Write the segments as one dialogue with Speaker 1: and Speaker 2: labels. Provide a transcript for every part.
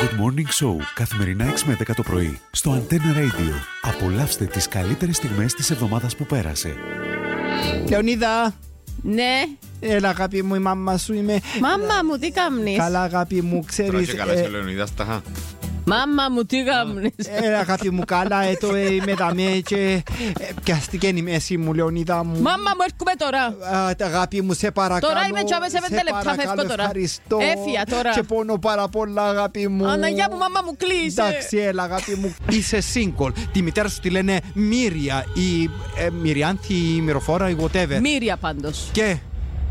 Speaker 1: Good Morning Show, καθημερινά 6 με 10 το πρωί, στο Antenna Radio. Απολαύστε τις καλύτερες στιγμές της εβδομάδας που πέρασε.
Speaker 2: Λεωνίδα,
Speaker 3: Ναι,
Speaker 2: έλα αγάπη μου, η μάμα σου είμαι.
Speaker 3: μάμα μου τι κάμνεις
Speaker 2: Καλά αγάπη μου,
Speaker 4: Τώρα
Speaker 2: ξέρεις.
Speaker 4: και καλά
Speaker 2: ε,
Speaker 4: και ο Λεωνίδας τα.
Speaker 3: Μάμα μου τι κάμνεις
Speaker 2: Έλα αγάπη μου, καλά, εδώ ε, είμαι δαμέ και ε, πιαστική είναι η μέση μου, Λεωνίδα μου.
Speaker 3: Μάμα μου έρχομαι τώρα
Speaker 2: Α, τα αγάπη μου, σε παρακαλώ.
Speaker 3: Τώρα είμαι τζάμε σε πέντε
Speaker 2: σε
Speaker 3: λεπτά,
Speaker 2: παρακαλώ,
Speaker 3: φεύγω τώρα.
Speaker 2: Ευχαριστώ.
Speaker 3: Έφυγα τώρα.
Speaker 2: Και πόνο πάρα πολλά, αγάπη μου.
Speaker 3: Αναγιά μου μάμα μου κλείσε
Speaker 2: Εντάξει, έλα, αγάπη μου. Είσαι single. Τη μητέρα σου τη λένε Μύρια ή ε, Μυριάνθη ή Μυροφόρα ή whatever.
Speaker 3: Μύρια πάντως
Speaker 2: Και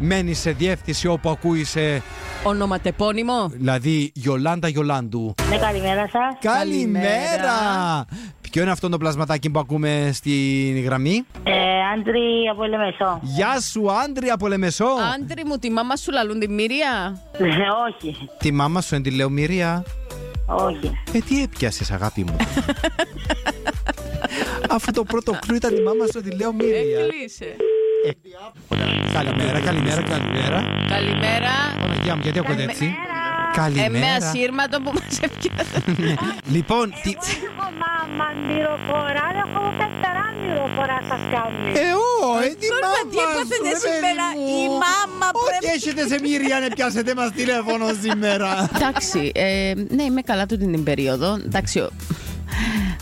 Speaker 2: μένει σε διεύθυνση όπου ακούεις, ε,
Speaker 3: Ονοματεπώνυμο
Speaker 2: δηλαδή Γιολάντα Γιολάντου.
Speaker 5: Ναι, καλημέρα σας.
Speaker 2: Καλημέρα!
Speaker 3: Καλημέρα.
Speaker 2: Ποιο είναι αυτό το πλασματάκι που ακούμε στην γραμμή.
Speaker 5: Ε, άντρη από Λεμεσό.
Speaker 2: Γεια σου, άντρη από Λεμεσό.
Speaker 3: Άντρη μου τη μάμα σου λαλούν τη Μύρια
Speaker 5: Ε, όχι,
Speaker 2: Τη μάμα σου εν τη λέω Μυρία.
Speaker 5: όχι.
Speaker 2: Ε, τι έπιασες, αγάπη μου. Αφού το πρώτο κλου ήταν τη μάμα σου εν τη λέω
Speaker 3: Ε,
Speaker 2: Μυρία.
Speaker 3: Έκλεισε
Speaker 2: καλημέρα, καλημέρα, καλημέρα.
Speaker 3: Καλημέρα Ε,
Speaker 2: Παναγία μου, γιατί ακούτε έτσι. Καλημέρα.
Speaker 3: Εμένα σύρματο που μας έπιασε
Speaker 2: λοιπόν,
Speaker 3: Ε,
Speaker 2: τι...
Speaker 5: Εγώ μάμα μυροφορά, έχω πεθερά μυροφορά σας κάνει.
Speaker 2: Ε, ω, ε, τη
Speaker 3: Τώρα,
Speaker 2: μάμα
Speaker 3: τι έπαθε
Speaker 2: σου,
Speaker 3: δε
Speaker 2: ρε,
Speaker 3: σήμερα.
Speaker 2: παιδί μου.
Speaker 3: Η μάμα
Speaker 2: Ό,τι
Speaker 3: πρέπει-
Speaker 2: έχετε σε Μύρια να πιάσετε μας τηλέφωνο σήμερα.
Speaker 3: Εντάξει, ε, ναι, είμαι καλά του την περίοδο. Εντάξει, ο-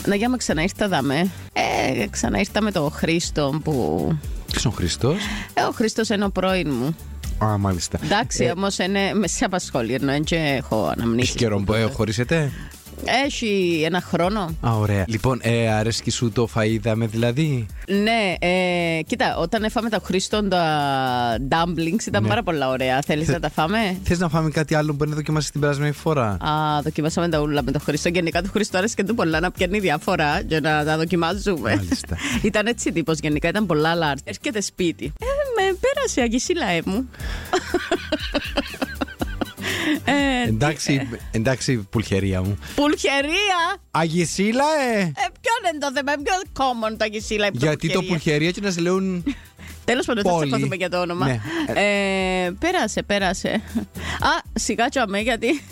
Speaker 3: να για με ξαναήρθα δαμέ. Ε, ξαναήρθα με τον Χρήστο που.
Speaker 2: Ποιος ο Χριστός?
Speaker 3: Ε, ο Χρήστο είναι ο πρώην μου.
Speaker 2: Α, μάλιστα.
Speaker 3: Εντάξει, όμως είναι με σε απασχολεί, ενώ έτσι έχω
Speaker 2: Ε, Έχει
Speaker 3: αναμνήσει.
Speaker 2: καιρό που ε, χωρίσετε.
Speaker 3: Έχει ένα χρόνο.
Speaker 2: Α, ωραία. Λοιπόν, ε, αρέσκει σου το φαΐδαμε δηλαδή.
Speaker 3: Ναι, ε, κοίτα, όταν έφαμε τα Χρήστον τα dumplings
Speaker 2: Ναι.
Speaker 3: ήταν πάρα πολλά ωραία. Θέλεις
Speaker 2: Ε.
Speaker 3: να τα φάμε.
Speaker 2: Θες να φάμε κάτι άλλο που δεν δοκιμάσει την περασμένη φορά.
Speaker 3: Α, δοκιμάσαμε τα ούλα με τον Χρήστο. Γενικά του Χρήστο άρεσε και του πολλά να πιάνει διάφορα για να τα δοκιμάζουμε.
Speaker 2: Μάλιστα.
Speaker 3: ήταν έτσι τύπος γενικά, ήταν πολλά λάρτ. Έρχεται σπίτι. Ε, με πέρασε αγισίλαε μου.
Speaker 2: ναι.
Speaker 3: ε,
Speaker 2: εντάξει, εντάξει, πουλχερία μου.
Speaker 3: πουλχερία!
Speaker 2: Αγισίλα, ε!
Speaker 3: Ε, ποιο είναι το θέμα, ποιο είναι common το αγισίλαε
Speaker 2: Γιατί το πουλχερία και να σε λέουν.
Speaker 3: Τέλος πάντων, θα
Speaker 2: Πόλη.
Speaker 3: τσακωθούμε για το όνομα.
Speaker 2: Ναι.
Speaker 3: Ε, πέρασε, πέρασε. Α, σιγά τσαμέ, γιατί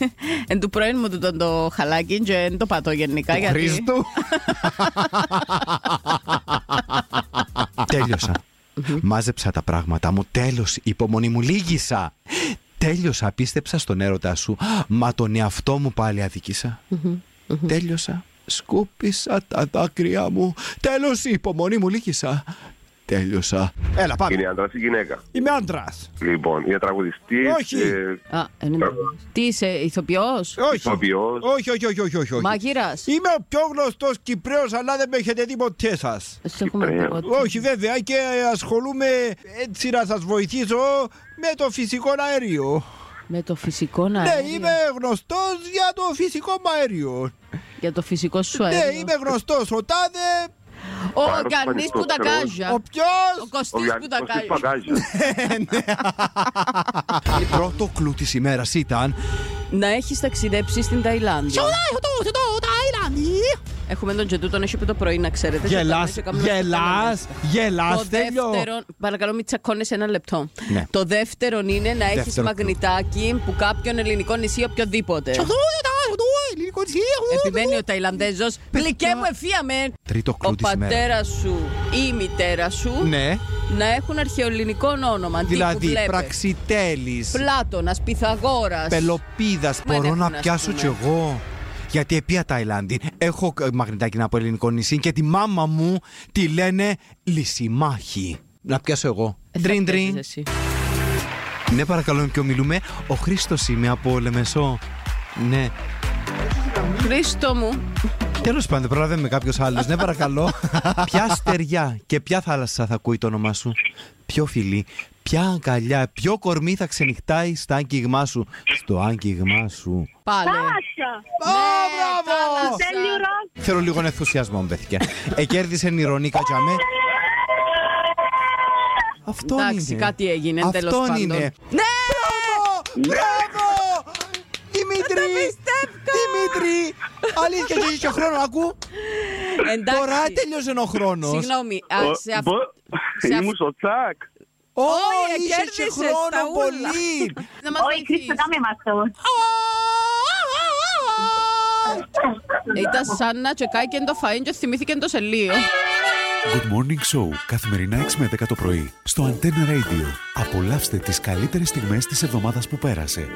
Speaker 3: εν του πρώην μου του τον το χαλάκι, και εν το πατώ γενικά.
Speaker 2: του
Speaker 3: γιατί...
Speaker 2: Χρήστου. Τέλειωσα. Μάζεψα τα πράγματα μου. Τέλος, υπομονή μου λίγησα. Τέλειωσα, πίστεψα στον έρωτά σου. Μα τον εαυτό μου πάλι αδικησα Τέλειωσα. Σκούπισα τα δάκρυά μου. Τέλος, υπομονή μου λίγησα. Τέλειωσα. Έλα, πάμε.
Speaker 6: Είναι άντρας ή γυναίκα.
Speaker 2: Είμαι άντρας.
Speaker 6: Λοιπόν, είναι τραγουδιστής.
Speaker 2: Όχι.
Speaker 6: Ε,
Speaker 3: Α, εν είμαι βέβαιος. Τι είσαι, ηθοποιός.
Speaker 2: Όχι.
Speaker 6: Ηθοποιός.
Speaker 2: Όχι, όχι, όχι, όχι, όχι. όχι.
Speaker 3: Μαγείρα.
Speaker 2: Είμαι ο πιο γνωστός Κυπρέος, αλλά δεν με έχετε δει ποτέ σας.
Speaker 3: Σε έχουμε
Speaker 6: Κυπρέος.
Speaker 3: τίποτα.
Speaker 2: Όχι βέβαια και ασχολούμαι έτσι να σας βοηθήσω με το φυσικό αέριο.
Speaker 3: Με το φυσικό να.
Speaker 2: Ναι, είμαι γνωστός για το φυσικό μου αέριο.
Speaker 3: Για το φυσικό σου
Speaker 2: Ναι,
Speaker 3: αέριο.
Speaker 2: είμαι γνωστός ο τάδε,
Speaker 3: Ο Γιάννης που τα
Speaker 6: Πανιστόπουλος.
Speaker 3: κάζια.
Speaker 2: ο
Speaker 3: Ο
Speaker 2: ποιος.
Speaker 6: Ο
Speaker 3: Κωστής που
Speaker 6: Γιάννης
Speaker 3: τα
Speaker 6: Κωστής
Speaker 3: κάζια.
Speaker 6: Παγκάζης.
Speaker 2: Πρώτο κλου της ημέρας ήταν
Speaker 3: Να έχεις ταξιδέψει στην Ταϊλάνδη. Έχουμε τον Τζεντού, τον έχει πει το πρωί, να ξέρετε.
Speaker 2: Γελάς,
Speaker 3: Σε κάνω- σε κάνω-
Speaker 2: γελάς,
Speaker 3: Το
Speaker 2: γελάς, τέλειο.
Speaker 3: δεύτερο, παρακαλώ μην τσακώνεσαι ένα λεπτό.
Speaker 2: Ναι.
Speaker 3: Το δεύτερο είναι να έχεις
Speaker 2: Δεύτερο.
Speaker 3: μαγνητάκι που κάποιον ελληνικό νησί οποιοδήποτε.
Speaker 2: Ελληνικό νησί,
Speaker 3: Επιμένει ο Ταϊλανδέζος. Γλυκέ μου, εφίαμε.
Speaker 2: Τρίτο κλου
Speaker 3: Ο
Speaker 2: της ημέρας.
Speaker 3: πατέρας σου ή η μητέρα σου
Speaker 2: Ναι,
Speaker 3: να έχουν αρχαιοελληνικό όνομα. τύπου
Speaker 2: δηλαδή
Speaker 3: βλέπε.
Speaker 2: πραξιτέλης,
Speaker 3: Πλάτωνας, Πυθαγόρας.
Speaker 2: πελοπίδας,
Speaker 3: Μα
Speaker 2: μπορώ
Speaker 3: δεν
Speaker 2: να
Speaker 3: έχουν, ας
Speaker 2: πιάσω
Speaker 3: πούμε.
Speaker 2: κι εγώ. Γιατί επία Ταϊλάνδη. Έχω ε, μαγνητάκι από ελληνικό νησί και τη μάμα μου τη λένε Λυσιμάχη. Να πιάσω εγώ.
Speaker 3: Ε, θα
Speaker 2: Τρίν
Speaker 3: πιάσεις
Speaker 2: τρίν.
Speaker 3: εσύ.
Speaker 2: Ναι, παρακαλώ, με ποιο μιλούμε. Ο Χρήστος είμαι από Λεμεσό. Ναι.
Speaker 3: Χρήστο μου,
Speaker 2: Τέλος πάντων, πρόλαβε με κάποιος άλλος. Ναι, παρακαλώ. ποια στεριά και ποια θάλασσα θα ακούει το όνομά σου. Ποιο φιλί, ποια αγκαλιά, ποιο κορμί θα ξενυχτάει στα άγγιγμά σου. Στο άγγιγμά σου.
Speaker 3: πάλι.
Speaker 5: Πάσα!
Speaker 2: Ω, μπράβο! Θέλω λίγο ενθουσιασμό, μου πέθηκε. Εκέρδισε η Ρονίκα Τζαμέ. Αυτό είναι.
Speaker 3: Εντάξει, κάτι έγινε, τέλος
Speaker 2: Αυτόν
Speaker 3: πάντων.
Speaker 2: είναι.
Speaker 3: Ναι!
Speaker 2: Μπράβο! Δημήτρη! Δημήτρη! Αλήθεια, και έχεις και χρόνο, ακού.
Speaker 3: Εντάξει.
Speaker 2: Τώρα τέλειωσε ο χρόνος.
Speaker 3: Συγγνώμη. α,
Speaker 6: Ο-
Speaker 3: σε αυ-
Speaker 6: μπο-
Speaker 3: σε αυ-
Speaker 6: Ήμουν στο τσακ.
Speaker 3: Όχι,
Speaker 2: είσαι και
Speaker 3: κέρδισες τα
Speaker 2: χρόνο
Speaker 3: ούλα.
Speaker 2: πολύ.
Speaker 3: Να μας
Speaker 5: Όχι, Χρήστο,
Speaker 3: βοηθήσεις.
Speaker 5: κάμε μας το.
Speaker 3: Α, α, α, α. Ήταν σαν να τσεκάει το φαΐν και θυμήθηκε το σε λίγο.
Speaker 1: Good Morning Show, καθημερινά 6 με 10 το πρωί, στο Antenna Radio. Απολαύστε τις καλύτερες στιγμές της εβδομάδας που πέρασε.